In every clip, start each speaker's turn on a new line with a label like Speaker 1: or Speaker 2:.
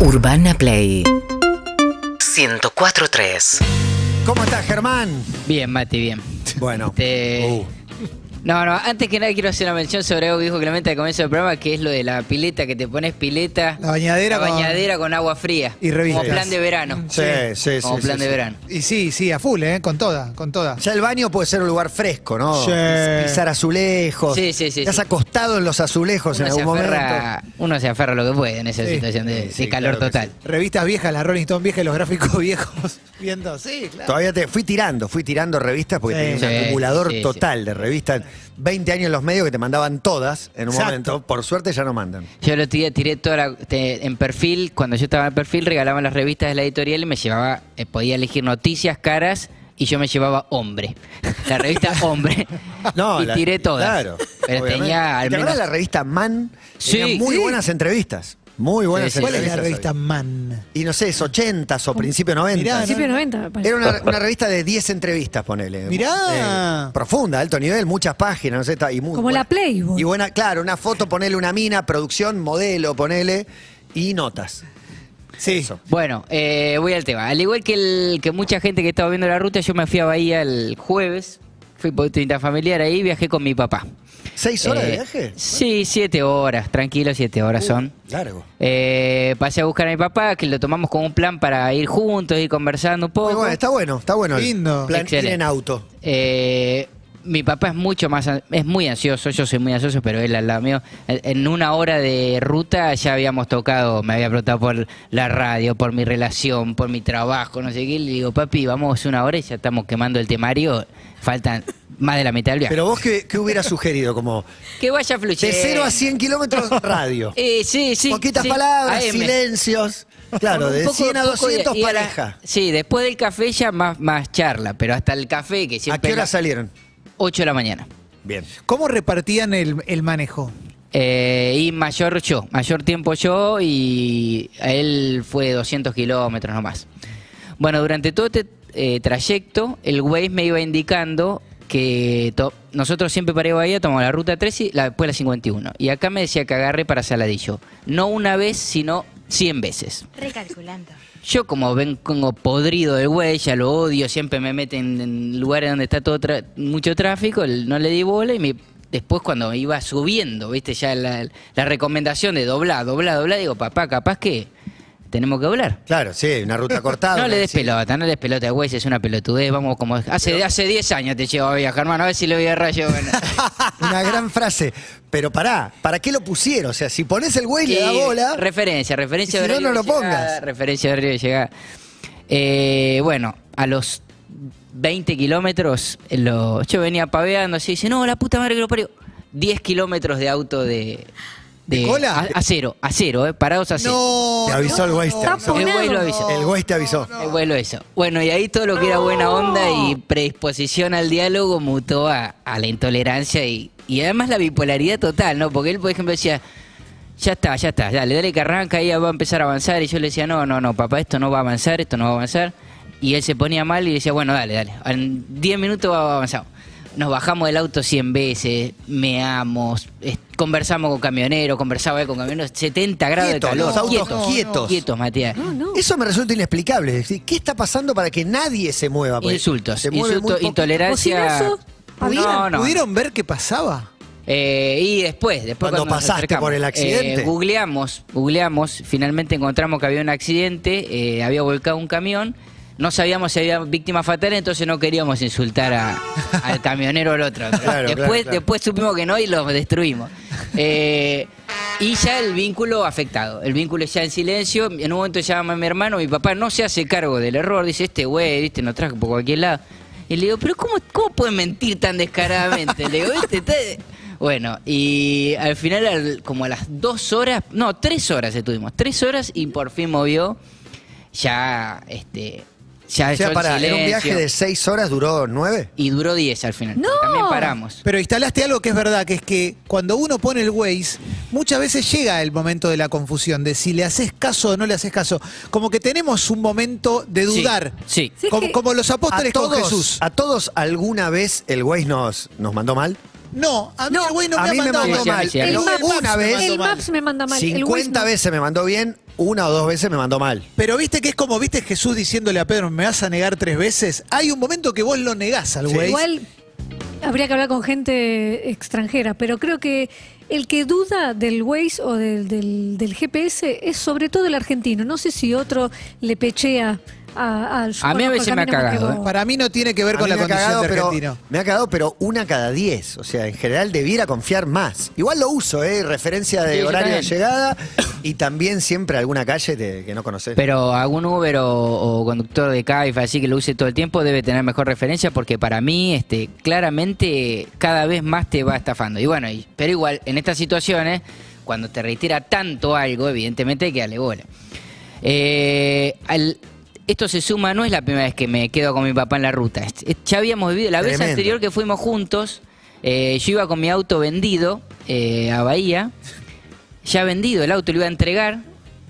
Speaker 1: Urbana Play 104.3
Speaker 2: ¿Cómo estás, Germán?
Speaker 3: Bien, Mati, bien.
Speaker 2: Bueno.
Speaker 3: Este,
Speaker 2: Uh,
Speaker 3: No, no, antes que nada quiero hacer una mención sobre algo que dijo Clemente al comienzo del programa, que es lo de la pileta, que te pones pileta,
Speaker 4: La bañadera
Speaker 3: la
Speaker 4: con-
Speaker 3: bañadera con agua fría.
Speaker 4: Y revistas.
Speaker 3: Como plan de verano.
Speaker 2: Sí, sí,
Speaker 3: Como
Speaker 2: sí,
Speaker 3: plan
Speaker 2: sí,
Speaker 3: de
Speaker 2: sí.
Speaker 3: verano.
Speaker 4: Y sí, sí, a full, ¿eh? Con toda, con toda.
Speaker 2: Ya el baño puede ser un lugar fresco, ¿no?
Speaker 4: Sí.
Speaker 2: Pisar azulejos.
Speaker 3: Sí, sí, sí,
Speaker 2: Te has
Speaker 3: sí.
Speaker 2: acostado en los azulejos
Speaker 3: Uno
Speaker 2: en
Speaker 3: se,
Speaker 2: algún momento.
Speaker 3: aferra, uno se aferra a lo que puede en esa
Speaker 4: Sí,
Speaker 3: situación de, de
Speaker 2: sí,
Speaker 3: calor
Speaker 2: claro que
Speaker 3: total.
Speaker 4: Revistas viejas, la Rolling Stone vieja y los gráficos viejos. Viendo, sí, claro.
Speaker 2: Todavía te fui tirando, fui tirando revistas porque
Speaker 4: Sí.
Speaker 2: tenía un
Speaker 3: Sí,
Speaker 2: acumulador
Speaker 3: sí, sí.
Speaker 2: total de revistas. 20 años en los medios que te mandaban todas en un
Speaker 4: Exacto.
Speaker 2: momento. Por suerte ya no mandan.
Speaker 3: Yo el otro día tiré toda la, te- en perfil, cuando yo estaba en perfil, regalaban las revistas de la editorial y me llevaba, eh, podía elegir noticias caras y yo me llevaba hombre. La revista hombre. y
Speaker 2: la-
Speaker 3: tiré todas.
Speaker 2: Claro.
Speaker 3: Pero
Speaker 2: obviamente.
Speaker 3: tenía
Speaker 2: ¿Te
Speaker 3: al menos.
Speaker 2: acuerdas de la revista Man?
Speaker 3: Sí,
Speaker 2: Tenía muy
Speaker 3: sí.
Speaker 2: buenas entrevistas. Muy buenas
Speaker 3: Sí, sí,
Speaker 4: ¿Cuál
Speaker 3: sí.
Speaker 4: es
Speaker 2: entrevistas.
Speaker 4: la revista
Speaker 2: había.
Speaker 4: Man?
Speaker 2: Y no sé, es 80s o principio 90.
Speaker 4: Mirá,
Speaker 5: Principio
Speaker 4: no, no.
Speaker 5: 90, me parece.
Speaker 2: Era una, una revista de 10 entrevistas, ponele.
Speaker 4: Mirá.
Speaker 2: Eh, profunda, alto nivel, muchas páginas, no sé, está- y muy
Speaker 5: Como
Speaker 2: buena.
Speaker 5: la Playboy.
Speaker 2: Y buena, claro, una foto, ponele una mina, producción, modelo, ponele, y notas.
Speaker 4: Sí.
Speaker 2: Eso.
Speaker 3: Bueno, eh, voy al tema. Al igual que, el- que mucha gente que estaba viendo la ruta, yo me fui a Bahía el jueves. Fui por tinta familiar ahí y viajé con mi papá.
Speaker 2: ¿Seis horas de
Speaker 3: Eh,
Speaker 2: viaje? Uh.
Speaker 3: Sí, siete horas. Tranquilo, siete horas son.
Speaker 2: Largo.
Speaker 3: Eh, pasé a buscar a mi papá, que lo tomamos como un plan para ir juntos, ir conversando un
Speaker 2: Muy
Speaker 3: poco.
Speaker 2: bueno, está bueno, está bueno. el
Speaker 4: Lindo.
Speaker 2: Plan ir
Speaker 3: Excelente.
Speaker 2: en auto.
Speaker 3: Eh, mi papá es mucho más, an- es muy ansioso, yo soy muy ansioso, pero él al lado mío. En en una hora de ruta ya habíamos tocado, me había preguntado por la radio, por mi relación, por mi trabajo, no sé qué. y Le digo, papi, vamos una hora y ya estamos quemando el temario, faltan más de la mitad del viaje.
Speaker 2: Pero vos, ¿qué, qué hubieras sugerido? Como
Speaker 3: que vaya
Speaker 2: de
Speaker 3: fluyendo.
Speaker 2: 0 a 100 kilómetros radio.
Speaker 3: Eh, sí, sí.
Speaker 2: Poquitas
Speaker 3: sí,
Speaker 2: palabras,
Speaker 3: AM.
Speaker 2: silencios. Claro,
Speaker 3: Un
Speaker 2: de
Speaker 3: poco-
Speaker 2: 100 a
Speaker 3: poco y-
Speaker 2: 200
Speaker 3: y a la-
Speaker 2: pareja.
Speaker 3: sí, después del café ya más, más charla, pero hasta el café que
Speaker 2: ¿A
Speaker 3: siempre
Speaker 2: qué hora
Speaker 3: es las
Speaker 2: salieron?
Speaker 3: 8 de la mañana.
Speaker 2: Bien.
Speaker 4: ¿Cómo repartían el, el manejo?
Speaker 3: Eh, y mayor yo, mayor tiempo yo y a él fue 200 kilómetros nomás. Bueno, durante todo este eh, trayecto, el Waze me iba indicando que to- nosotros siempre para ir a Bahía tomamos la ruta 3 y la, después la 51. Y acá me decía que agarre para Saladillo. No una vez, sino 100 veces.
Speaker 5: Recalculando.
Speaker 3: Yo como ven como podrido del güey, ya lo odio, siempre me meten en lugares donde está todo tra- mucho tráfico, el- no le di bola y me- después cuando iba subiendo, viste, ya la, la recomendación de doblar, doblar, doblar, digo, papá, capaz que tenemos que doblar.
Speaker 2: Claro, sí, una ruta cortada.
Speaker 3: No le
Speaker 2: una-
Speaker 3: des
Speaker 2: sí.
Speaker 3: pelota, no le des pelota, güey, es una pelotudez, vamos como... Hace hace 10 años te llevo a viajar, hermano, a ver si lo voy a rayar. bueno.
Speaker 2: Una gran frase. Pero pará, ¿para qué lo pusieron? O sea, si pones el güey y le da
Speaker 3: Y
Speaker 2: bola.
Speaker 3: Referencia,
Speaker 2: Y
Speaker 3: referencia
Speaker 2: si
Speaker 3: de
Speaker 2: no,
Speaker 3: Río
Speaker 2: no
Speaker 3: de
Speaker 2: lo
Speaker 3: Llegada,
Speaker 2: pongas.
Speaker 3: Referencia de Río de Llegada. Eh, bueno, a los 20 kilómetros, lo- yo venía paveando así, dice, no, la puta madre que lo parió. 10 kilómetros de auto de.
Speaker 4: ¿De cola?
Speaker 3: A, a cero, a cero, eh, parados a cero.
Speaker 4: No.
Speaker 2: Te avisó el güey. te
Speaker 5: Está
Speaker 2: avisó.
Speaker 3: el
Speaker 5: no.
Speaker 3: güey lo avisó.
Speaker 2: El güey te avisó.
Speaker 3: El güey lo hizo. Bueno, y ahí todo lo que era buena onda y predisposición al diálogo mutó a, a la intolerancia y, y además la bipolaridad total, ¿no? Porque él, por ejemplo, decía, ya está, ya está, dale, dale que arranca, ella va a empezar a avanzar. Y yo le decía, no, no, no, papá, esto no va a avanzar, esto no va a avanzar. Y él se ponía mal y decía, bueno, dale, dale, en 10 minutos va avanzado. Nos bajamos del auto 100 veces, meamos, es- conversamos con camioneros, conversaba él con camioneros, 70 grados
Speaker 2: Quietos,
Speaker 3: de calor.
Speaker 2: los autos
Speaker 3: quietos,
Speaker 2: quietos.
Speaker 3: quietos, Matías.
Speaker 5: No, no.
Speaker 2: Eso me resulta inexplicable. Es decir, ¿Qué está pasando para que nadie se mueva? Porque
Speaker 3: Insultos,
Speaker 2: se Ah, pues, mueve muy
Speaker 3: insultos,
Speaker 2: poco.
Speaker 3: intolerancia.
Speaker 5: Bocinazo,
Speaker 3: No,
Speaker 5: ¿Pudieron-
Speaker 3: no.
Speaker 4: ¿Pudieron ver qué pasaba?
Speaker 3: Eh, y después, después
Speaker 2: Cuando
Speaker 3: nos
Speaker 2: pasaste
Speaker 3: acercamos,
Speaker 2: por el accidente.
Speaker 3: eh, googleamos, googleamos, finalmente encontramos que había un accidente, eh, había volcado un camión, no sabíamos si había víctimas fatales, entonces no queríamos insultar a- al camionero o al otro. Pero
Speaker 2: Claro,
Speaker 3: después,
Speaker 2: claro, claro.
Speaker 3: después Pues supimos que no y los destruimos. Eh, y ya el vínculo afectado, el vínculo ya en silencio, en un momento llama a mi hermano, mi papá no se hace cargo del error, dice, este güey, viste, nos trajo por cualquier lado. Y le digo, pero ¿cómo, cómo pueden mentir tan descaradamente? Le digo, viste, está- Bueno, y al final, al- como a las dos horas, no, tres horas estuvimos, tres horas y por fin movió ya, este, ya
Speaker 2: O sea,
Speaker 3: yo en
Speaker 2: pará, era un
Speaker 3: silencio.
Speaker 2: viaje de seis horas, duró nueve.
Speaker 3: Y duró diez al final,
Speaker 5: ¡No!
Speaker 3: también paramos.
Speaker 4: Pero instalaste algo que es verdad, que es que cuando uno pone el Waze, muchas veces llega el momento de la confusión, de si le haces caso o no le haces caso. Como que tenemos un momento de
Speaker 3: Sí,
Speaker 4: dudar.
Speaker 3: sí.
Speaker 5: Sí, es
Speaker 4: Como,
Speaker 5: que-
Speaker 4: como los
Speaker 2: A
Speaker 4: apóstoles con
Speaker 2: todos,
Speaker 4: Jesús.
Speaker 2: a todos alguna vez el güey nos, nos mandó mal.
Speaker 4: No, a mí
Speaker 2: No,
Speaker 4: el güey no
Speaker 2: a
Speaker 4: me ha
Speaker 2: mí me
Speaker 4: mandado
Speaker 2: mandó
Speaker 4: todo mal.
Speaker 3: mal. El
Speaker 4: Pero
Speaker 2: Maps
Speaker 4: una
Speaker 2: me
Speaker 4: vez.
Speaker 2: mandó
Speaker 1: El Maps me manda mal. el Waze
Speaker 2: 50
Speaker 1: no.
Speaker 2: veces me mandó bien, una o dos veces me mandó mal.
Speaker 4: Pero viste que es como viste Jesús diciéndole a Pedro, me vas a negar tres veces. Hay un momento que vos lo negás al
Speaker 2: Sí.
Speaker 4: güey.
Speaker 1: Igual habría que hablar con gente extranjera, pero creo que el que duda del Waze o del, del- del GPS es sobre todo el argentino. No sé si otro le pechea a, al
Speaker 3: A mí a veces me ha cagado, ¿eh?
Speaker 4: Para mí no tiene que ver
Speaker 2: A
Speaker 4: con
Speaker 2: mí
Speaker 4: la
Speaker 2: me ha
Speaker 4: condición
Speaker 2: cagado,
Speaker 4: de
Speaker 2: pero-
Speaker 4: argentino.
Speaker 2: Me ha cagado, pero una cada diez. O sea, en general debiera confiar más. Igual lo uso, ¿eh? Referencia
Speaker 3: Sí,
Speaker 2: de
Speaker 3: yo
Speaker 2: horario de
Speaker 3: también.
Speaker 2: llegada y también siempre alguna calle te- que no conoces.
Speaker 3: Pero algún Uber o, o conductor de Caifa, así que lo use todo el tiempo, debe tener mejor referencia porque para mí, este, claramente, cada vez más te va estafando. Y bueno, y- pero igual, en estas situaciones, cuando te reitera tanto algo, evidentemente hay que darle bola. Eh, al- esto se suma, no es la primera vez que me quedo con mi papá en la ruta. Es- es- Ya habíamos vivido, la vez
Speaker 2: Tremendo.
Speaker 3: anterior que fuimos juntos, eh, yo iba con mi auto vendido eh, a Bahía, ya vendido, el auto lo iba a entregar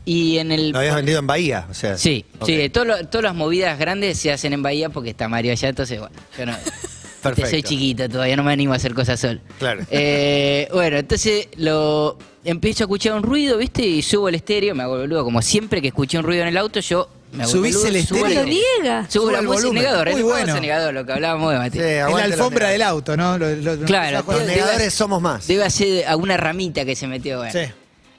Speaker 3: y en el
Speaker 2: Lo habías vendido en Bahía, o sea.
Speaker 3: Sí, eh,
Speaker 2: Ok,
Speaker 3: sí, de todo lo- todas las movidas grandes se hacen en Bahía porque está Mario allá, entonces, bueno, yo no, te
Speaker 2: Perfecto.
Speaker 3: soy chiquito todavía, no me animo a hacer cosas solo.
Speaker 2: Claro.
Speaker 3: Eh, bueno, entonces lo empiezo a escuchar un ruido, ¿viste? Y subo el estéreo, me hago el boludo, como siempre que escuché un ruido en el auto, yo me hago
Speaker 4: Subís
Speaker 3: boludo,
Speaker 4: el
Speaker 3: subo
Speaker 1: Cuando
Speaker 4: estéreo.
Speaker 1: niega.
Speaker 3: Subo
Speaker 2: Sube
Speaker 3: la
Speaker 2: el
Speaker 3: música,
Speaker 2: volumen.
Speaker 3: negador,
Speaker 4: Muy
Speaker 3: el famoso
Speaker 4: bueno.
Speaker 3: negador, lo que hablábamos de
Speaker 2: Sí,
Speaker 3: Mati.
Speaker 4: En la
Speaker 2: aguante los
Speaker 4: alfombra del
Speaker 2: negadores.
Speaker 4: auto, ¿no? Lo- lo- lo-
Speaker 3: Claro,
Speaker 4: cuando-
Speaker 2: Los negadores somos más.
Speaker 3: Debe hacer alguna ramita que se metió, bueno.
Speaker 4: Sí.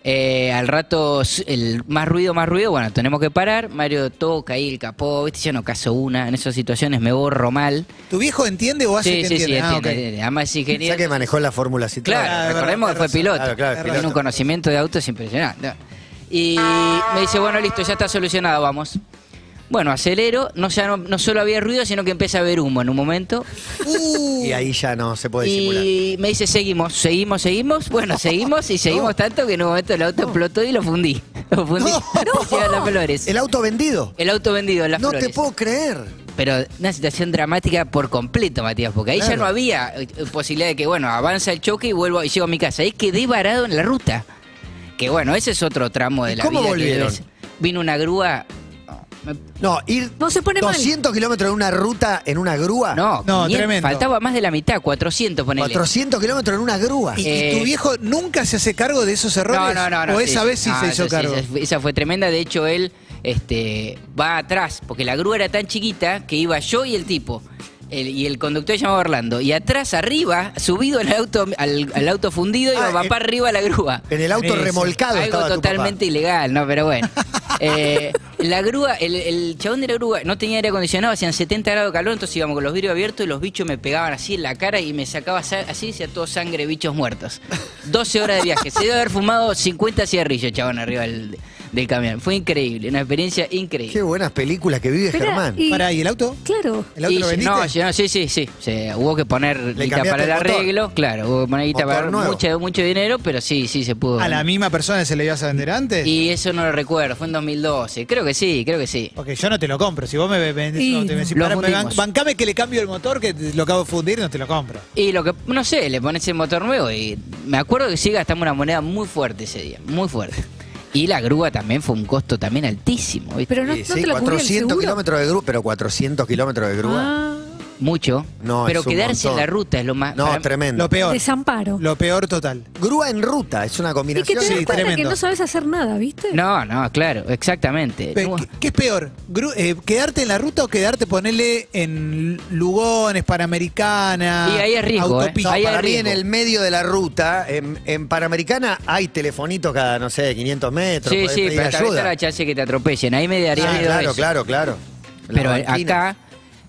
Speaker 3: Eh, al rato, s- el más ruido, más ruido, bueno, tenemos que parar. Mario toca ahí el capó, ¿viste? Yo no caso una, en esas situaciones me borro mal.
Speaker 4: ¿Tu viejo entiende o hace
Speaker 3: Sí,
Speaker 4: que
Speaker 3: sí, sí,
Speaker 4: entiende? Ah,
Speaker 3: entiende,
Speaker 4: ok.
Speaker 3: entiende. Además, es ingeniero.
Speaker 2: Ya que manejó la fórmula Citroën.
Speaker 3: Claro,
Speaker 4: Ah, es verdad,
Speaker 3: recordemos
Speaker 4: tenés
Speaker 3: que fue
Speaker 4: razón.
Speaker 3: piloto.
Speaker 2: Claro, claro,
Speaker 3: Tiene un
Speaker 2: piloto.
Speaker 3: conocimiento de autos impresionante. Y me dice, bueno, listo, ya está solucionado, vamos. Bueno, acelero, no, ya no, no solo había ruido, sino que empieza a haber humo en un momento.
Speaker 4: Uh,
Speaker 2: Y ahí ya no se puede disimular.
Speaker 3: Y me dice, seguimos, seguimos, seguimos. Bueno, seguimos y seguimos tanto que en un momento el auto explotó y lo fundí. Lo fundí. Encima de las flores. El,
Speaker 2: El auto vendido.
Speaker 3: auto vendido, en las
Speaker 2: no
Speaker 3: flores.
Speaker 2: te puedo creer.
Speaker 3: Pero una situación dramática por completo, Matías, porque ahí ya
Speaker 2: Claro.
Speaker 3: no había eh, posibilidad de que, bueno, avanza el choque y vuelvo y llego a mi casa. Ahí quedé varado en la ruta. Que bueno, ese es otro tramo de
Speaker 2: ¿Y
Speaker 3: la
Speaker 2: cómo
Speaker 3: vida. que
Speaker 2: volvieron?
Speaker 3: debes- Vino una grúa.
Speaker 2: No, ir
Speaker 1: No se pone mal.
Speaker 2: 200 kilómetros en una ruta, en una grúa.
Speaker 3: No,
Speaker 4: No,
Speaker 3: 500,
Speaker 4: tremendo.
Speaker 3: faltaba más de la mitad, 400, ponele.
Speaker 2: 400 kilómetros en una grúa.
Speaker 4: ¿Y, y
Speaker 3: Eh,
Speaker 4: tu viejo nunca se hace cargo de esos errores?
Speaker 3: No, no, no. no,
Speaker 4: ¿O esa vez sí
Speaker 3: Ah,
Speaker 4: se hizo
Speaker 3: esa-
Speaker 4: cargo?
Speaker 3: Esa, esa fue tremenda. De hecho, él este, va atrás, porque la grúa era tan chiquita que iba yo y el tipo. El- y el conductor se llamaba Orlando. Y atrás, arriba, subido al auto, al, al auto fundido, iba
Speaker 2: Ah,
Speaker 3: papá
Speaker 2: eh,
Speaker 3: arriba a la grúa.
Speaker 2: En el auto
Speaker 4: Eso.
Speaker 2: remolcado
Speaker 3: Algo
Speaker 2: estaba tu papá.
Speaker 3: totalmente ilegal, ¿no? Pero bueno. Eh, la grúa, el, el chabón de la grúa no tenía aire acondicionado, hacían 70 grados de calor, entonces íbamos con los vidrios abiertos y los bichos me pegaban así en la cara y me sacaba sa- así, hacía todo sangre, bichos muertos. 12 horas de viaje. Se debe haber fumado 50 cigarrillos, chabón, arriba del, del camión. Fue increíble, una experiencia
Speaker 2: Qué
Speaker 3: increíble.
Speaker 2: buenas películas que vive
Speaker 1: Esperá,
Speaker 2: Germán.
Speaker 1: y-
Speaker 4: Pará, ¿y el auto?
Speaker 1: Claro.
Speaker 4: ¿El auto
Speaker 3: Y
Speaker 4: lo vendiste?
Speaker 3: no, yo no, sí, sí, sí. Se- hubo que poner guita
Speaker 2: cambiaste
Speaker 3: para el
Speaker 2: el motor.
Speaker 3: arreglo, claro, hubo que poner guita
Speaker 2: Motor
Speaker 3: para
Speaker 2: nuevo.
Speaker 3: mucho, mucho dinero, pero sí, sí se pudo.
Speaker 4: ¿A la misma persona se le ibas a vender antes?
Speaker 3: Y eso no lo recuerdo, fue en 2012. Creo que sí, creo que sí.
Speaker 4: Porque yo no te lo compro. Si vos me vendés,
Speaker 1: Y
Speaker 4: no, te me decís,
Speaker 3: lo
Speaker 4: pará, me ban-
Speaker 3: fundimos.
Speaker 4: bancame que le cambio el motor, que te- lo acabo de fundir, no te lo compro.
Speaker 3: Y lo que, no sé, le pones el motor nuevo y me acuerdo que sí gastamos una moneda muy fuerte ese día, muy fuerte. Y la grúa también fue un costo también altísimo, ¿viste?
Speaker 1: Pero no,
Speaker 2: Sí,
Speaker 1: no
Speaker 2: sí,
Speaker 1: te lo cubrió el
Speaker 2: 400
Speaker 1: seguro.
Speaker 2: kilómetros de grúa, pero 400 kilómetros de grúa.
Speaker 1: Ah,
Speaker 3: mucho.
Speaker 2: No,
Speaker 3: pero
Speaker 2: es un
Speaker 3: quedarse en la
Speaker 2: montón.
Speaker 3: ruta es lo más...
Speaker 2: no,
Speaker 3: para-
Speaker 2: tremendo.
Speaker 4: Lo peor.
Speaker 1: desamparo.
Speaker 4: Lo peor total.
Speaker 2: Grúa en ruta, es una
Speaker 1: y que
Speaker 2: combinación.
Speaker 1: te das
Speaker 4: Sí,
Speaker 1: cuenta que
Speaker 4: tremendo.
Speaker 1: no sabes hacer nada, ¿viste?
Speaker 3: no, no, claro, exactamente.
Speaker 4: Pe-
Speaker 3: No,
Speaker 4: ¿Qué, qué es peor? Gru- eh, ¿Quedarte en la ruta o quedarte, ponele en Lugones, Panamericana?
Speaker 3: Y ahí es riesgo, ¿eh?
Speaker 4: autopista?
Speaker 3: Ahí hay
Speaker 2: para mí en
Speaker 3: riesgo.
Speaker 2: el medio de la ruta, en, en Panamericana hay telefonitos cada, no sé, 500 metros.
Speaker 3: sí,
Speaker 2: podés
Speaker 3: sí,
Speaker 2: pedir
Speaker 3: pero tal vez está
Speaker 2: ayuda.
Speaker 3: la chance que te atropellen, ahí me daría
Speaker 2: Ah,
Speaker 3: miedo
Speaker 2: claro,
Speaker 3: eso.
Speaker 2: claro, claro.
Speaker 3: Pero
Speaker 2: La banquina.
Speaker 3: acá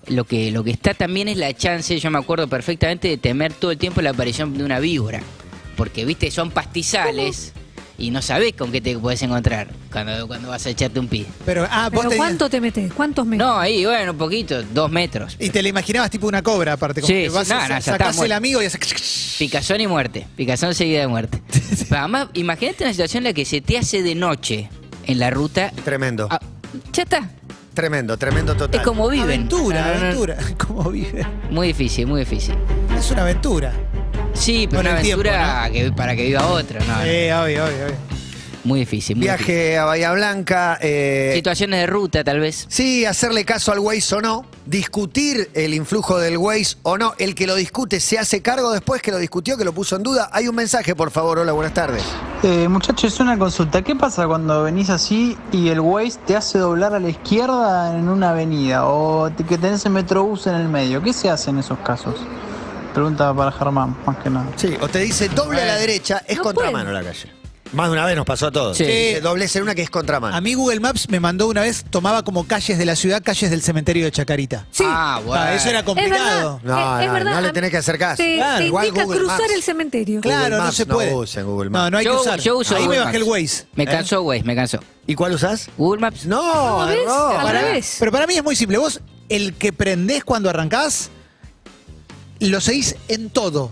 Speaker 3: lo que, lo que está también es la chance, yo me acuerdo perfectamente, de temer todo el tiempo la aparición de una víbora. Porque, viste, son pastizales y no sabés con qué te puedes encontrar cuando, cuando vas a echarte un pie.
Speaker 4: Pero, ah, vos
Speaker 1: Pero
Speaker 4: tenías-
Speaker 1: ¿cuánto te metes? ¿Cuántos metros?
Speaker 3: No, ahí, bueno, un poquito, dos metros.
Speaker 4: Y te la imaginabas tipo una cobra, aparte. Como
Speaker 3: Sí,
Speaker 4: que
Speaker 3: sí,
Speaker 4: vas,
Speaker 3: no,
Speaker 4: a-
Speaker 3: no, ya está,
Speaker 4: sacás el
Speaker 3: muerto.
Speaker 4: amigo y haces...
Speaker 3: Picazón y muerte. Picazón seguida de muerte. Pero Además, imagínate una situación en la que se te hace de noche en la ruta.
Speaker 2: Tremendo,
Speaker 3: Ah, ya está.
Speaker 2: tremendo, tremendo total.
Speaker 3: Es como viven.
Speaker 4: Aventura,
Speaker 3: No, no, no.
Speaker 4: aventura. ¿Cómo vive?
Speaker 3: Muy difícil, muy difícil.
Speaker 4: Es una aventura.
Speaker 3: Sí, pero
Speaker 4: Con
Speaker 3: una
Speaker 4: el tiempo,
Speaker 3: aventura que- para que viva otro, Ah, no, no.
Speaker 4: Eh, obvio, obvio, obvio.
Speaker 3: muy difícil. Muy difícil.
Speaker 2: Viaje a Bahía Blanca. eh,
Speaker 3: Situaciones de ruta, tal vez.
Speaker 2: Sí, hacerle caso al Waze o no, discutir el influjo del Waze o no, el que lo discute se hace cargo después que lo discutió, que lo puso en duda. Hay un mensaje, por favor, hola, buenas tardes.
Speaker 5: Eh, muchachos, una consulta. ¿Qué pasa cuando venís así y el Waze te hace doblar a la izquierda en una avenida o te- que tenés el Metrobús en el medio? ¿Qué se hace en esos casos? Pregunta para Germán, más que nada.
Speaker 2: Sí, o te dice doble a
Speaker 4: Eh,
Speaker 2: la derecha, es
Speaker 1: No
Speaker 2: contramano
Speaker 1: pueden.
Speaker 2: la calle. Más de una vez nos pasó a todos.
Speaker 3: Sí.
Speaker 2: Dice, Doblez en una que es contramano.
Speaker 4: A mí Google Maps me mandó una vez, tomaba como calles de la ciudad, calles del cementerio de Chacarita.
Speaker 1: Sí.
Speaker 3: Ah, bueno.
Speaker 4: Ah, eso era complicado.
Speaker 1: Es verdad.
Speaker 2: No,
Speaker 1: es, es
Speaker 2: no,
Speaker 1: verdad.
Speaker 2: no le tenés que hacer caso.
Speaker 1: Te,
Speaker 4: Claro,
Speaker 1: te
Speaker 2: igual
Speaker 1: indica
Speaker 2: Google
Speaker 1: cruzar
Speaker 2: Maps.
Speaker 1: el cementerio.
Speaker 2: Google
Speaker 4: Claro, no
Speaker 2: Maps
Speaker 4: se
Speaker 2: no
Speaker 4: puede.
Speaker 2: usa Google Maps.
Speaker 4: no, no hay que
Speaker 3: yo,
Speaker 4: usar.
Speaker 3: yo uso
Speaker 4: Ahí
Speaker 3: Google
Speaker 4: me bajé el
Speaker 3: Maps.
Speaker 4: Waze.
Speaker 3: Me
Speaker 4: ¿eh?
Speaker 3: cansó Waze, me cansó.
Speaker 2: ¿Y cuál usás?
Speaker 3: Google Maps.
Speaker 2: No,
Speaker 1: ¿No ves?
Speaker 2: error.
Speaker 1: Al
Speaker 2: Pará.
Speaker 1: revés.
Speaker 4: Pero para mí es muy simple. Vos, el que prendés cuando arrancás, lo seguís en todo.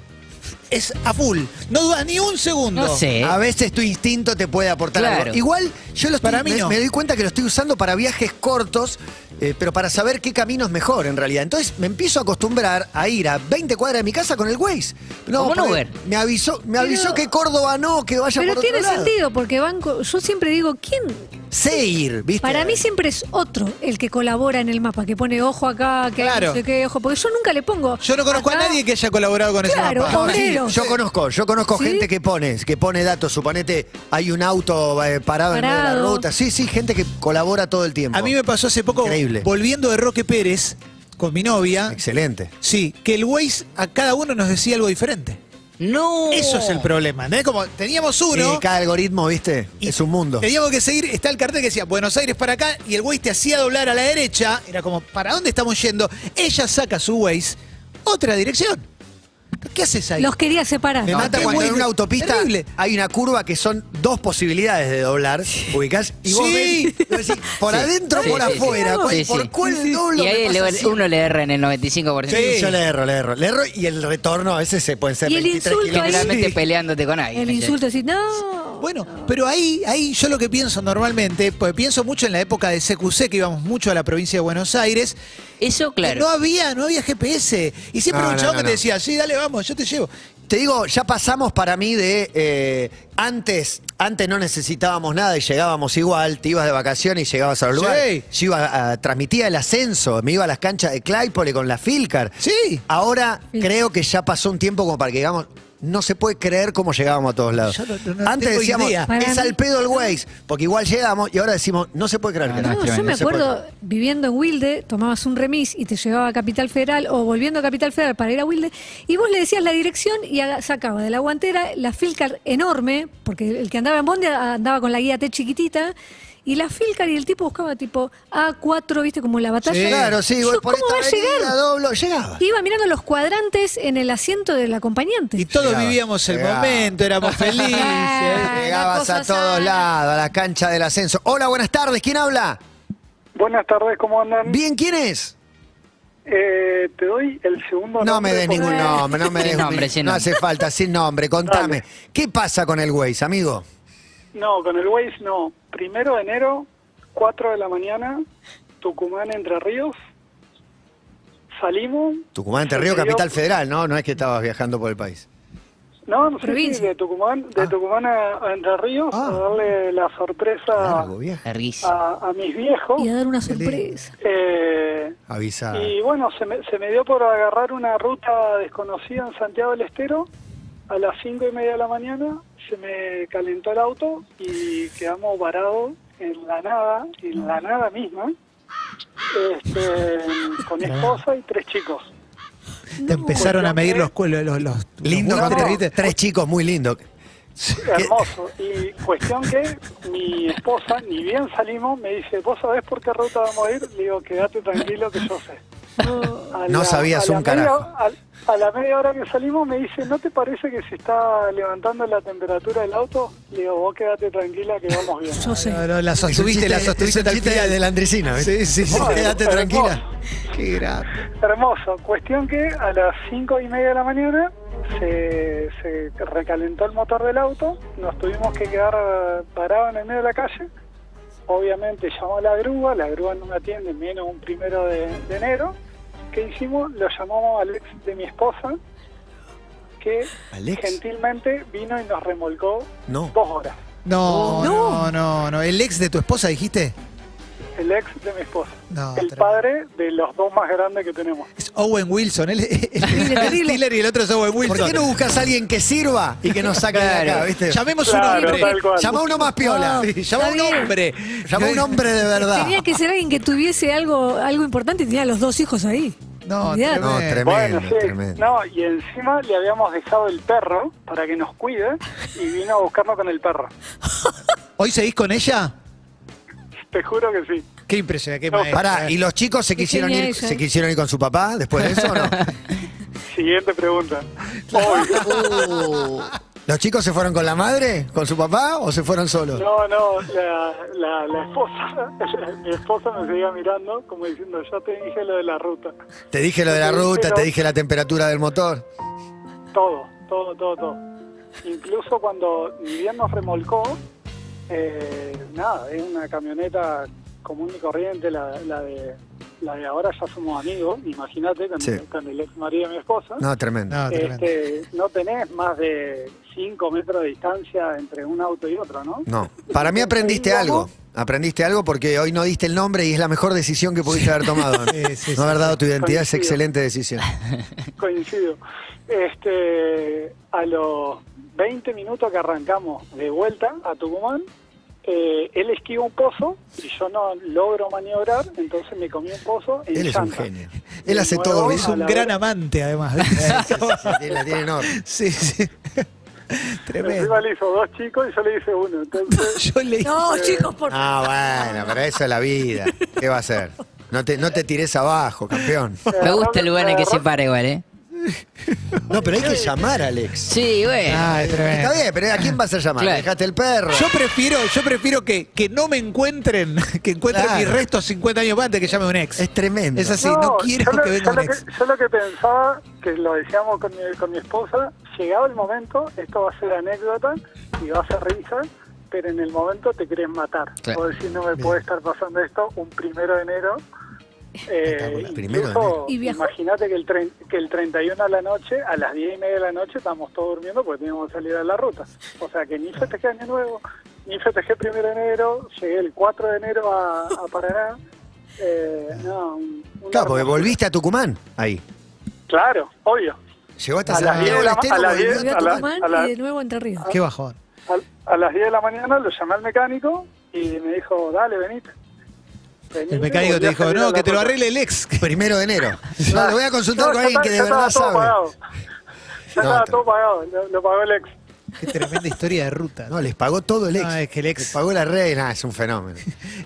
Speaker 4: Es a full. No dudas ni un segundo.
Speaker 3: No sé.
Speaker 2: A veces tu instinto te puede aportar
Speaker 3: Claro.
Speaker 2: algo. Igual, yo lo estoy-
Speaker 4: Para mí
Speaker 2: me,
Speaker 4: no.
Speaker 2: me doy cuenta que lo estoy usando para viajes cortos, eh, pero para saber qué camino es mejor en realidad. Entonces me empiezo a acostumbrar a ir a 20 cuadras de mi casa con el Waze.
Speaker 3: Como un
Speaker 2: porque
Speaker 3: Uber.
Speaker 2: Me avisó, me avisó
Speaker 1: Pero-
Speaker 2: que Córdoba no, que vaya
Speaker 1: Pero
Speaker 2: por otro
Speaker 1: tiene
Speaker 2: lado.
Speaker 1: sentido, porque banco, yo siempre digo, ¿quién?
Speaker 2: Sé ir, ¿viste?
Speaker 1: Para mí siempre es otro el que colabora en el mapa, que pone ojo acá, que
Speaker 4: Claro.
Speaker 1: no sé qué, ojo, porque yo nunca le pongo.
Speaker 4: Yo no conozco
Speaker 1: acá.
Speaker 4: a nadie que haya colaborado con ese
Speaker 1: Claro,
Speaker 4: mapa.
Speaker 2: No, sí,
Speaker 1: Obrero.
Speaker 2: yo conozco, yo conozco
Speaker 1: ¿Sí?
Speaker 2: gente que pone, que pone datos, suponete hay un auto eh, parado, en medio de la
Speaker 1: Parado.
Speaker 2: ruta. Sí, sí, gente que colabora todo el tiempo.
Speaker 4: A mí me pasó hace poco,
Speaker 2: Increíble.
Speaker 4: volviendo de Roque Pérez con mi novia,
Speaker 2: Excelente.
Speaker 4: sí, que el Waze a cada uno nos decía algo diferente.
Speaker 3: No.
Speaker 4: Eso es
Speaker 2: Oh.
Speaker 4: el problema, ¿entendés? Como teníamos uno...
Speaker 2: Y cada algoritmo, ¿viste?
Speaker 4: y
Speaker 2: es un mundo.
Speaker 4: Teníamos que seguir, está el cartel que decía Buenos Aires para acá y el Waze te hacía doblar a la derecha. Era como, ¿para dónde estamos yendo? Ella saca su Waze, otra dirección. ¿Qué haces ahí?
Speaker 1: Los quería separar.
Speaker 2: Me
Speaker 4: No,
Speaker 2: mata
Speaker 4: qué
Speaker 2: cuando en
Speaker 4: bueno,
Speaker 2: una autopista
Speaker 4: terrible.
Speaker 2: hay una curva que son dos posibilidades de doblar, ubicás, y vos
Speaker 4: Sí.
Speaker 2: ves, vos decís, por
Speaker 3: Sí.
Speaker 2: adentro,
Speaker 3: Sí,
Speaker 2: por
Speaker 3: sí, sí.
Speaker 2: afuera,
Speaker 4: pues,
Speaker 2: ¿cuál-
Speaker 3: Sí, sí.
Speaker 2: por cuál doblo
Speaker 3: Y
Speaker 2: me
Speaker 3: ahí
Speaker 2: pasa
Speaker 3: le-
Speaker 2: siempre?
Speaker 3: uno le erra en el 95%.
Speaker 2: Sí,
Speaker 4: Sí.
Speaker 2: yo le erro, le erro, le erro, y el retorno a veces se pueden ser
Speaker 1: Y el
Speaker 2: 23
Speaker 1: insulto
Speaker 2: kilómetros.
Speaker 3: Generalmente
Speaker 4: Sí.
Speaker 3: peleándote con alguien.
Speaker 1: El
Speaker 3: ¿sí?
Speaker 1: insulto, decir, no.
Speaker 4: Bueno, pero ahí, ahí yo lo que pienso normalmente, pues pienso mucho en la época de CQC, que íbamos mucho a la provincia de Buenos Aires,
Speaker 3: Eso,
Speaker 4: que
Speaker 3: claro.
Speaker 4: no había, no había GPS. Y siempre
Speaker 2: No,
Speaker 4: era un
Speaker 2: no,
Speaker 4: chabón
Speaker 2: no,
Speaker 4: que te
Speaker 2: no.
Speaker 4: decía, sí, dale, vamos, yo te llevo.
Speaker 2: Te digo, ya pasamos para mí de eh, antes, antes no necesitábamos nada y llegábamos igual, te ibas de vacaciones y llegabas al lugar.
Speaker 4: Sí.
Speaker 2: Yo iba a, transmitía el ascenso, me iba a las canchas de Claypole con la Filcar.
Speaker 4: Sí.
Speaker 2: Ahora creo que ya pasó un tiempo como para que digamos, no se puede creer cómo llegábamos a todos lados.
Speaker 4: Yo no- no- no
Speaker 2: antes
Speaker 4: tengo
Speaker 2: decíamos,
Speaker 4: idea.
Speaker 1: Para
Speaker 2: es
Speaker 1: mí-
Speaker 2: al pedo el Waze, porque igual llegamos y ahora decimos, no se puede creer. que
Speaker 1: Ah, No, yo me
Speaker 2: se puede
Speaker 1: acuerdo viviendo en Wilde, tomabas un remis y te llevaba a Capital Federal o volviendo a Capital Federal para ir a Wilde y vos le decías la dirección y haga- sacaba de la guantera la Filcar enorme, porque el que andaba en Bonde a- andaba con la guía T chiquitita. Y la Filcar y el tipo buscaba tipo A4, viste, como la batalla.
Speaker 2: creer. Claro, sí,
Speaker 1: Yo,
Speaker 2: voy por
Speaker 1: ¿Cómo
Speaker 2: esta
Speaker 1: va a
Speaker 2: avenida,
Speaker 1: llegar?
Speaker 2: doblo, llegaba.
Speaker 1: Iba mirando los cuadrantes en el asiento del
Speaker 4: Y
Speaker 1: acompañante.
Speaker 4: todos
Speaker 2: Llegaba,
Speaker 4: vivíamos el
Speaker 2: llegaba.
Speaker 4: momento, éramos felices.
Speaker 1: Ah, la
Speaker 2: Llegabas
Speaker 1: cosa
Speaker 2: a todos
Speaker 1: sana.
Speaker 2: lados, a la cancha del ascenso. Hola, buenas tardes, ¿quién habla?
Speaker 6: Buenas tardes, ¿cómo andan?
Speaker 2: Bien, ¿quién es?
Speaker 6: Eh, te doy el segundo
Speaker 2: No me
Speaker 6: nombre
Speaker 2: des
Speaker 6: porque-
Speaker 2: ningún nombre, no me
Speaker 3: Sin
Speaker 2: des
Speaker 3: nombre,
Speaker 2: un-
Speaker 3: sin
Speaker 2: No
Speaker 3: nombre.
Speaker 2: hace falta, sin nombre, contame. ¿Qué pasa con el Waze, amigo?
Speaker 6: No, con el Waze no. Primero de enero, 4 de la mañana, Tucumán, Entre Ríos. Salimos.
Speaker 2: Tucumán, Entre
Speaker 6: Se
Speaker 2: Río,
Speaker 6: me dio-
Speaker 2: capital federal, ¿no? No es que estabas viajando por el país.
Speaker 6: No, no sé, sí,
Speaker 1: Provincia.
Speaker 6: de Tucumán, de
Speaker 2: Ah.
Speaker 6: Tucumán a, a Entre Ríos,
Speaker 2: Ah.
Speaker 6: a darle la sorpresa
Speaker 2: Largo viaje.
Speaker 3: Larguísimo.
Speaker 6: a, a mis viejos.
Speaker 1: Y a dar una sorpresa.
Speaker 6: Eh,
Speaker 2: Avisa.
Speaker 6: Y bueno, se me, se me dio por agarrar una ruta desconocida en Santiago del Estero. A las cinco y media de la mañana se me calentó el auto y quedamos varados en la nada, en la nada misma, este, con mi esposa y tres chicos.
Speaker 4: Te empezaron a medir los cuelos, los, los,
Speaker 2: Lindo
Speaker 4: los
Speaker 2: encontré,
Speaker 4: huevos,
Speaker 6: ¿viste?
Speaker 2: Tres chicos muy lindos.
Speaker 6: Hermoso. Y cuestión que mi esposa, ni bien salimos, me dice, ¿vos sabés por qué ruta vamos a ir? Le digo, quédate tranquilo que yo sé. A
Speaker 2: No sabías
Speaker 6: a la
Speaker 2: un
Speaker 6: media-
Speaker 2: carajo.
Speaker 6: a, a la media hora que salimos me dice, ¿no te parece que se está levantando la temperatura del auto? Le digo, vos quédate tranquila que vamos bien.
Speaker 1: Yo sé.
Speaker 4: No, no, la sostuviste, la sostuviste tal final.
Speaker 2: de la Andresina, ¿ves?
Speaker 4: Sí, sí, sí.
Speaker 6: Bueno,
Speaker 4: Quédate
Speaker 6: hermoso.
Speaker 4: tranquila. Qué grave.
Speaker 6: Hermoso. Cuestión que a las cinco y media de la mañana se, se recalentó el motor del auto, nos tuvimos que quedar eh, parados en el medio de la calle. Obviamente llamó a la grúa, la grúa no me atiende menos un primero de, de enero. ¿Qué hicimos? Lo llamamos al ex de mi esposa, que
Speaker 2: ¿Al ex?
Speaker 6: gentilmente vino y nos remolcó
Speaker 2: No.
Speaker 6: dos horas.
Speaker 4: No, no,
Speaker 1: No.
Speaker 4: no, no. ¿El ex de tu esposa dijiste?
Speaker 6: el ex de mi esposa.
Speaker 4: No,
Speaker 6: el
Speaker 4: tremendo.
Speaker 6: padre de los dos más grandes que tenemos.
Speaker 4: Es Owen Wilson. Él él- él
Speaker 1: Terrible,
Speaker 4: es
Speaker 1: terrible.
Speaker 4: Stiller y el otro es Owen
Speaker 2: ¿Por
Speaker 4: Wilson.
Speaker 2: qué no buscas a alguien que sirva y que nos saque de acá,
Speaker 3: Claro.
Speaker 2: viste?
Speaker 4: Llamemos a un
Speaker 6: Claro,
Speaker 4: hombre.
Speaker 6: tal cual.
Speaker 2: Llama a uno más piola.
Speaker 1: No,
Speaker 4: Sí, llama a un
Speaker 1: Está bien.
Speaker 4: hombre.
Speaker 2: Llama a un hombre de verdad.
Speaker 1: Tenía que ser alguien que tuviese algo, algo importante y tenía los dos hijos ahí.
Speaker 4: No,
Speaker 1: Olvidate.
Speaker 2: No,
Speaker 4: tremendo.
Speaker 2: tremendo,
Speaker 6: bueno, sí.
Speaker 2: tremendo.
Speaker 6: No, y encima le habíamos dejado el perro para que nos cuide y vino a buscarnos con el perro.
Speaker 4: ¿Hoy seguís con ella?
Speaker 6: Te juro que sí.
Speaker 4: Qué impresionante, qué
Speaker 6: No,
Speaker 4: maestra.
Speaker 2: Pará, ¿y los chicos se
Speaker 1: Qué
Speaker 2: quisieron
Speaker 1: genia
Speaker 2: ir,
Speaker 1: ella,
Speaker 2: se
Speaker 1: ¿eh?
Speaker 2: quisieron ir con su papá después de eso o no?
Speaker 6: Siguiente pregunta. Obvio.
Speaker 2: ¿Los chicos se fueron con la madre, con su papá o se fueron solos?
Speaker 6: No, no, la, la, la esposa, mi esposa me seguía mirando como diciendo, yo te dije lo de la ruta.
Speaker 2: Te dije lo de la
Speaker 6: Sí,
Speaker 2: ruta,
Speaker 6: pero-
Speaker 2: te dije la temperatura del motor.
Speaker 6: Todo, todo, todo, todo. Incluso cuando mi bien nos remolcó, eh, nada, es una camioneta común y corriente, la, la de la de ahora ya somos amigos, imagínate, con,
Speaker 2: Sí.
Speaker 6: con el ex marido de mi esposa.
Speaker 2: No, Ah, tremendo.
Speaker 4: No, tremendo.
Speaker 6: este, no tenés más de 5 metros de distancia entre un auto y otro, ¿no?
Speaker 2: No. Para mí aprendiste algo. Aprendiste algo porque hoy no diste el nombre y es la mejor decisión que pudiste haber tomado.
Speaker 4: Sí, sí, sí.
Speaker 2: no haber dado tu identidad es
Speaker 6: Coincido.
Speaker 2: excelente decisión.
Speaker 6: Coincido. Este, a los 20 minutos que arrancamos de vuelta a Tucumán, eh, él esquiva un pozo y yo no logro maniobrar, entonces me comí un pozo en
Speaker 2: Él es un
Speaker 6: llanta.
Speaker 2: genio.
Speaker 6: De
Speaker 2: Él hace
Speaker 6: nuevo
Speaker 2: todo
Speaker 4: Es
Speaker 2: bien.
Speaker 6: a
Speaker 4: un
Speaker 6: la
Speaker 4: gran
Speaker 6: vez.
Speaker 4: amante, además.
Speaker 2: Él la tiene enorme.
Speaker 4: sí, sí. Tremendo.
Speaker 6: Encima le hizo dos chicos y yo le hice uno. Entonces,
Speaker 4: Yo leí.
Speaker 1: No, chicos, por
Speaker 2: Ah, bueno, pero eso es la vida. ¿Qué va a hacer? No te, no te tires abajo, campeón.
Speaker 6: eh,
Speaker 3: Me gusta el lugar en el que se
Speaker 6: agarró-
Speaker 3: para igual, ¿eh?
Speaker 2: No, pero hay que llamar, Alex.
Speaker 3: Sí, güey.
Speaker 4: Ah, es
Speaker 2: Está
Speaker 4: tremendo.
Speaker 2: bien, pero ¿a quién vas a llamar?
Speaker 3: Claro.
Speaker 2: Dejaste el perro.
Speaker 4: Yo prefiero, yo prefiero que, que no me encuentren, que encuentren
Speaker 2: Claro.
Speaker 4: mis restos 50 años más antes que llame un ex.
Speaker 2: Es tremendo.
Speaker 4: Es así, no quiero
Speaker 6: yo lo-
Speaker 4: que venga
Speaker 6: yo lo
Speaker 4: un ex.
Speaker 6: yo lo que pensaba, que lo decíamos con mi, con mi esposa, llegado el momento, esto va a ser anécdota y va a ser risa, pero en el momento te querés matar.
Speaker 3: Claro.
Speaker 6: O decir, no me puede estar pasando esto un primero de enero. Eh,
Speaker 2: Espectacular. Primero de
Speaker 6: incluso,
Speaker 2: enero.
Speaker 1: ¿Y viajó?
Speaker 6: Imagínate que el, tren- que el 31 a la noche, a las 10 y media de la noche, estamos todos durmiendo porque teníamos que salir a la ruta. O sea que ni festejé Año Nuevo, ni festejé primero de enero, llegué el 4 de enero a, a Paraná. Eh, no, un- una
Speaker 2: Claro, porque
Speaker 6: hermosura.
Speaker 2: volviste a Tucumán ahí.
Speaker 6: Claro, obvio.
Speaker 2: Llegó hasta
Speaker 6: A las
Speaker 2: San Diego
Speaker 6: 10 de
Speaker 2: del
Speaker 6: la ma-
Speaker 2: Estero.
Speaker 6: a las
Speaker 2: volvió.
Speaker 6: 10
Speaker 1: volvió a
Speaker 6: a la-
Speaker 1: Tucumán
Speaker 6: a la-
Speaker 1: y de nuevo a Entre Ríos.
Speaker 4: Qué bajón.
Speaker 6: A, a las 10 de la mañana lo llamé al mecánico y me dijo, dale, venite. Venite,
Speaker 4: El mecánico
Speaker 6: volví
Speaker 4: te
Speaker 6: a
Speaker 4: dijo,
Speaker 6: salir a
Speaker 4: no,
Speaker 6: la
Speaker 4: que te lo
Speaker 6: ruta.
Speaker 4: arregle el ex.
Speaker 2: Primero de enero. No,
Speaker 6: Claro.
Speaker 2: lo voy a consultar
Speaker 6: No,
Speaker 2: con
Speaker 6: ya
Speaker 2: alguien
Speaker 6: está-
Speaker 2: que de
Speaker 6: ya estaba
Speaker 2: verdad
Speaker 6: todo
Speaker 2: sabe.
Speaker 6: pagado.
Speaker 2: No,
Speaker 6: Ya estaba
Speaker 2: te-
Speaker 6: todo pagado, lo, lo pagó el ex.
Speaker 4: Qué tremenda historia de ruta.
Speaker 2: No, les pagó todo el ex.
Speaker 4: No, es que el ex-
Speaker 2: Les pagó la reina, es un fenómeno.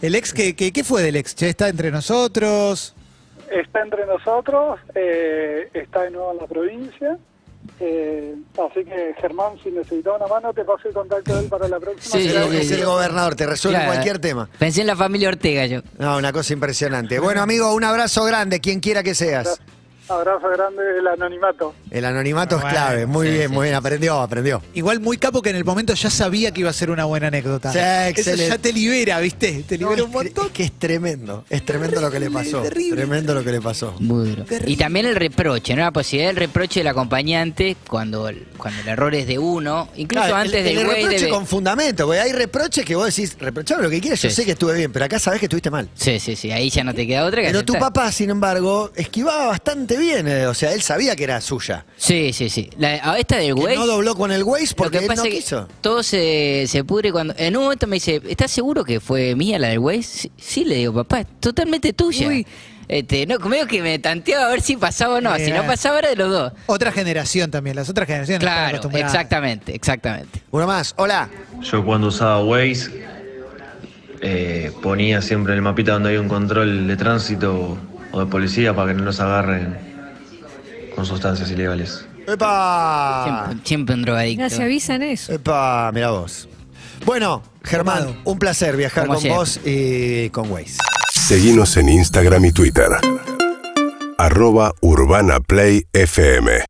Speaker 4: El ex, ¿qué, qué, qué fue del ex? Che, está entre nosotros.
Speaker 6: Está entre nosotros, eh, está de nuevo en la provincia. eh, así que, Germán, si necesitas una mano, te paso el contacto de él para la próxima.
Speaker 3: Sí,
Speaker 6: Será
Speaker 3: sí,
Speaker 6: un-
Speaker 2: es
Speaker 3: sí.
Speaker 2: el gobernador, te resuelve
Speaker 3: Claro.
Speaker 2: cualquier tema.
Speaker 3: Pensé en la familia Ortega yo.
Speaker 2: No, una cosa impresionante. Bueno, amigo, un abrazo grande, quien quiera que seas.
Speaker 6: Abrazo grande del anonimato.
Speaker 2: El anonimato es
Speaker 4: Bueno,
Speaker 2: clave. Muy
Speaker 3: sí,
Speaker 2: bien,
Speaker 3: sí,
Speaker 2: muy bien. Aprendió, aprendió.
Speaker 4: Igual muy capo que en el momento ya sabía que iba a ser una buena anécdota.
Speaker 2: Sí,
Speaker 4: Eso
Speaker 2: excelente.
Speaker 4: ya te libera, ¿viste? Te
Speaker 2: No, es
Speaker 4: libera un
Speaker 2: tre-
Speaker 4: montón.
Speaker 2: es que es tremendo. Es tremendo lo que le pasó.
Speaker 4: terrible.
Speaker 2: Tremendo lo que le pasó.
Speaker 3: Muy duro. Y también el reproche, ¿no? La posibilidad del reproche del acompañante cuando, el- cuando el error es de uno. Incluso
Speaker 2: Claro,
Speaker 3: antes
Speaker 2: el,
Speaker 3: del
Speaker 2: el
Speaker 3: güey
Speaker 2: reproche
Speaker 3: debe-
Speaker 2: con fundamento, porque hay reproches que vos decís, reprochame lo que quieras, yo
Speaker 3: Sí,
Speaker 2: sé
Speaker 3: sí.
Speaker 2: que estuve bien, pero acá sabés que estuviste mal.
Speaker 3: Sí, sí, sí. Ahí ya no te queda otra que
Speaker 2: Pero tu
Speaker 3: aceptar.
Speaker 2: papá, sin embargo, esquivaba bastante bien, eh, o sea, él sabía que era suya.
Speaker 3: Sí, sí, sí. La, a esta del
Speaker 2: Que
Speaker 3: güey...
Speaker 2: no dobló con el Waze porque
Speaker 3: lo que
Speaker 2: él
Speaker 3: pasa
Speaker 2: no
Speaker 3: es que
Speaker 2: quiso.
Speaker 3: todo se, se pudre cuando... En un momento me dice, ¿estás seguro que fue mía la del güey? Sí, sí", le digo, papá, es totalmente tuya.
Speaker 1: Uy.
Speaker 3: Este, no, medio que me tanteaba a ver si pasaba o no. Si
Speaker 2: Eh.
Speaker 3: no
Speaker 4: Mira.
Speaker 3: pasaba era de los dos.
Speaker 4: Otra generación también, las otras generaciones no están
Speaker 3: Claro,
Speaker 4: acostumbradas.
Speaker 3: exactamente, exactamente.
Speaker 2: Uno más, hola.
Speaker 7: Yo cuando usaba Waze eh, ponía siempre en el mapita donde hay un control de tránsito o de policía para que no nos agarren con sustancias ilegales.
Speaker 2: ¡Epa!
Speaker 3: Siempre, siempre un drogadicto.
Speaker 1: Gracias, avisan eso.
Speaker 2: ¡Epa! Mirá vos. Bueno, Germán,
Speaker 4: Tomado.
Speaker 2: un placer viajar
Speaker 3: Como
Speaker 2: con
Speaker 3: siempre.
Speaker 2: vos y con Waze.
Speaker 8: Seguinos en Instagram y Twitter. Arroba Urbana Play FM.